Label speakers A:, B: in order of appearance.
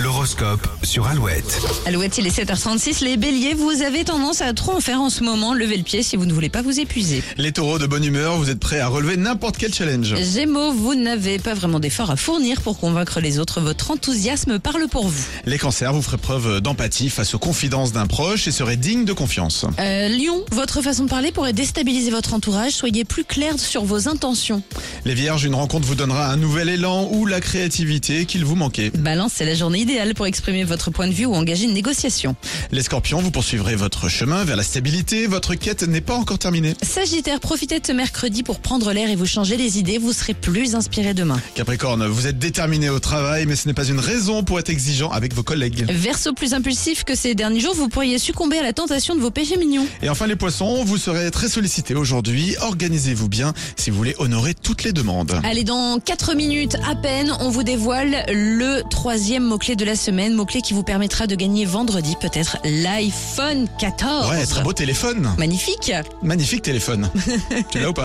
A: L'horoscope sur Alouette.
B: Alouette, il est 7h36. Les béliers, vous avez tendance à trop en faire en ce moment. Levez le pied si vous ne voulez pas vous épuiser.
C: Les taureaux de bonne humeur, vous êtes prêts à relever n'importe quel challenge.
B: Gémeaux, vous n'avez pas vraiment d'efforts à fournir pour convaincre les autres. Votre enthousiasme parle pour vous.
C: Les cancers, vous ferez preuve d'empathie face aux confidences d'un proche et serez digne de confiance.
B: Euh, Lion, votre façon de parler pourrait déstabiliser votre entourage. Soyez plus clair sur vos intentions.
C: Les vierges, une rencontre vous donnera un nouvel élan ou la créativité qu'il vous manquait.
B: Balance, c'est la journée idéale pour exprimer votre point de vue ou engager une négociation.
C: Les scorpions, vous poursuivrez votre chemin vers la stabilité, votre quête n'est pas encore terminée.
B: Sagittaire, profitez de ce mercredi pour prendre l'air et vous changer les idées. Vous serez plus inspiré demain.
C: Capricorne, vous êtes déterminé au travail, mais ce n'est pas une raison pour être exigeant avec vos collègues.
B: Verseau, plus impulsif que ces derniers jours, vous pourriez succomber à la tentation de vos péchés mignons.
C: Et enfin les poissons, vous serez très sollicités aujourd'hui, organisez-vous bien si vous voulez honorer toutes les demandes.
B: Allez, dans 4 minutes à peine, on vous dévoile le troisième mot-clé de la semaine, mot-clé qui vous permettra de gagner vendredi peut-être l'iPhone 14.
C: Ouais, très beau téléphone.
B: Magnifique
C: Magnifique téléphone. tu l'as ou pas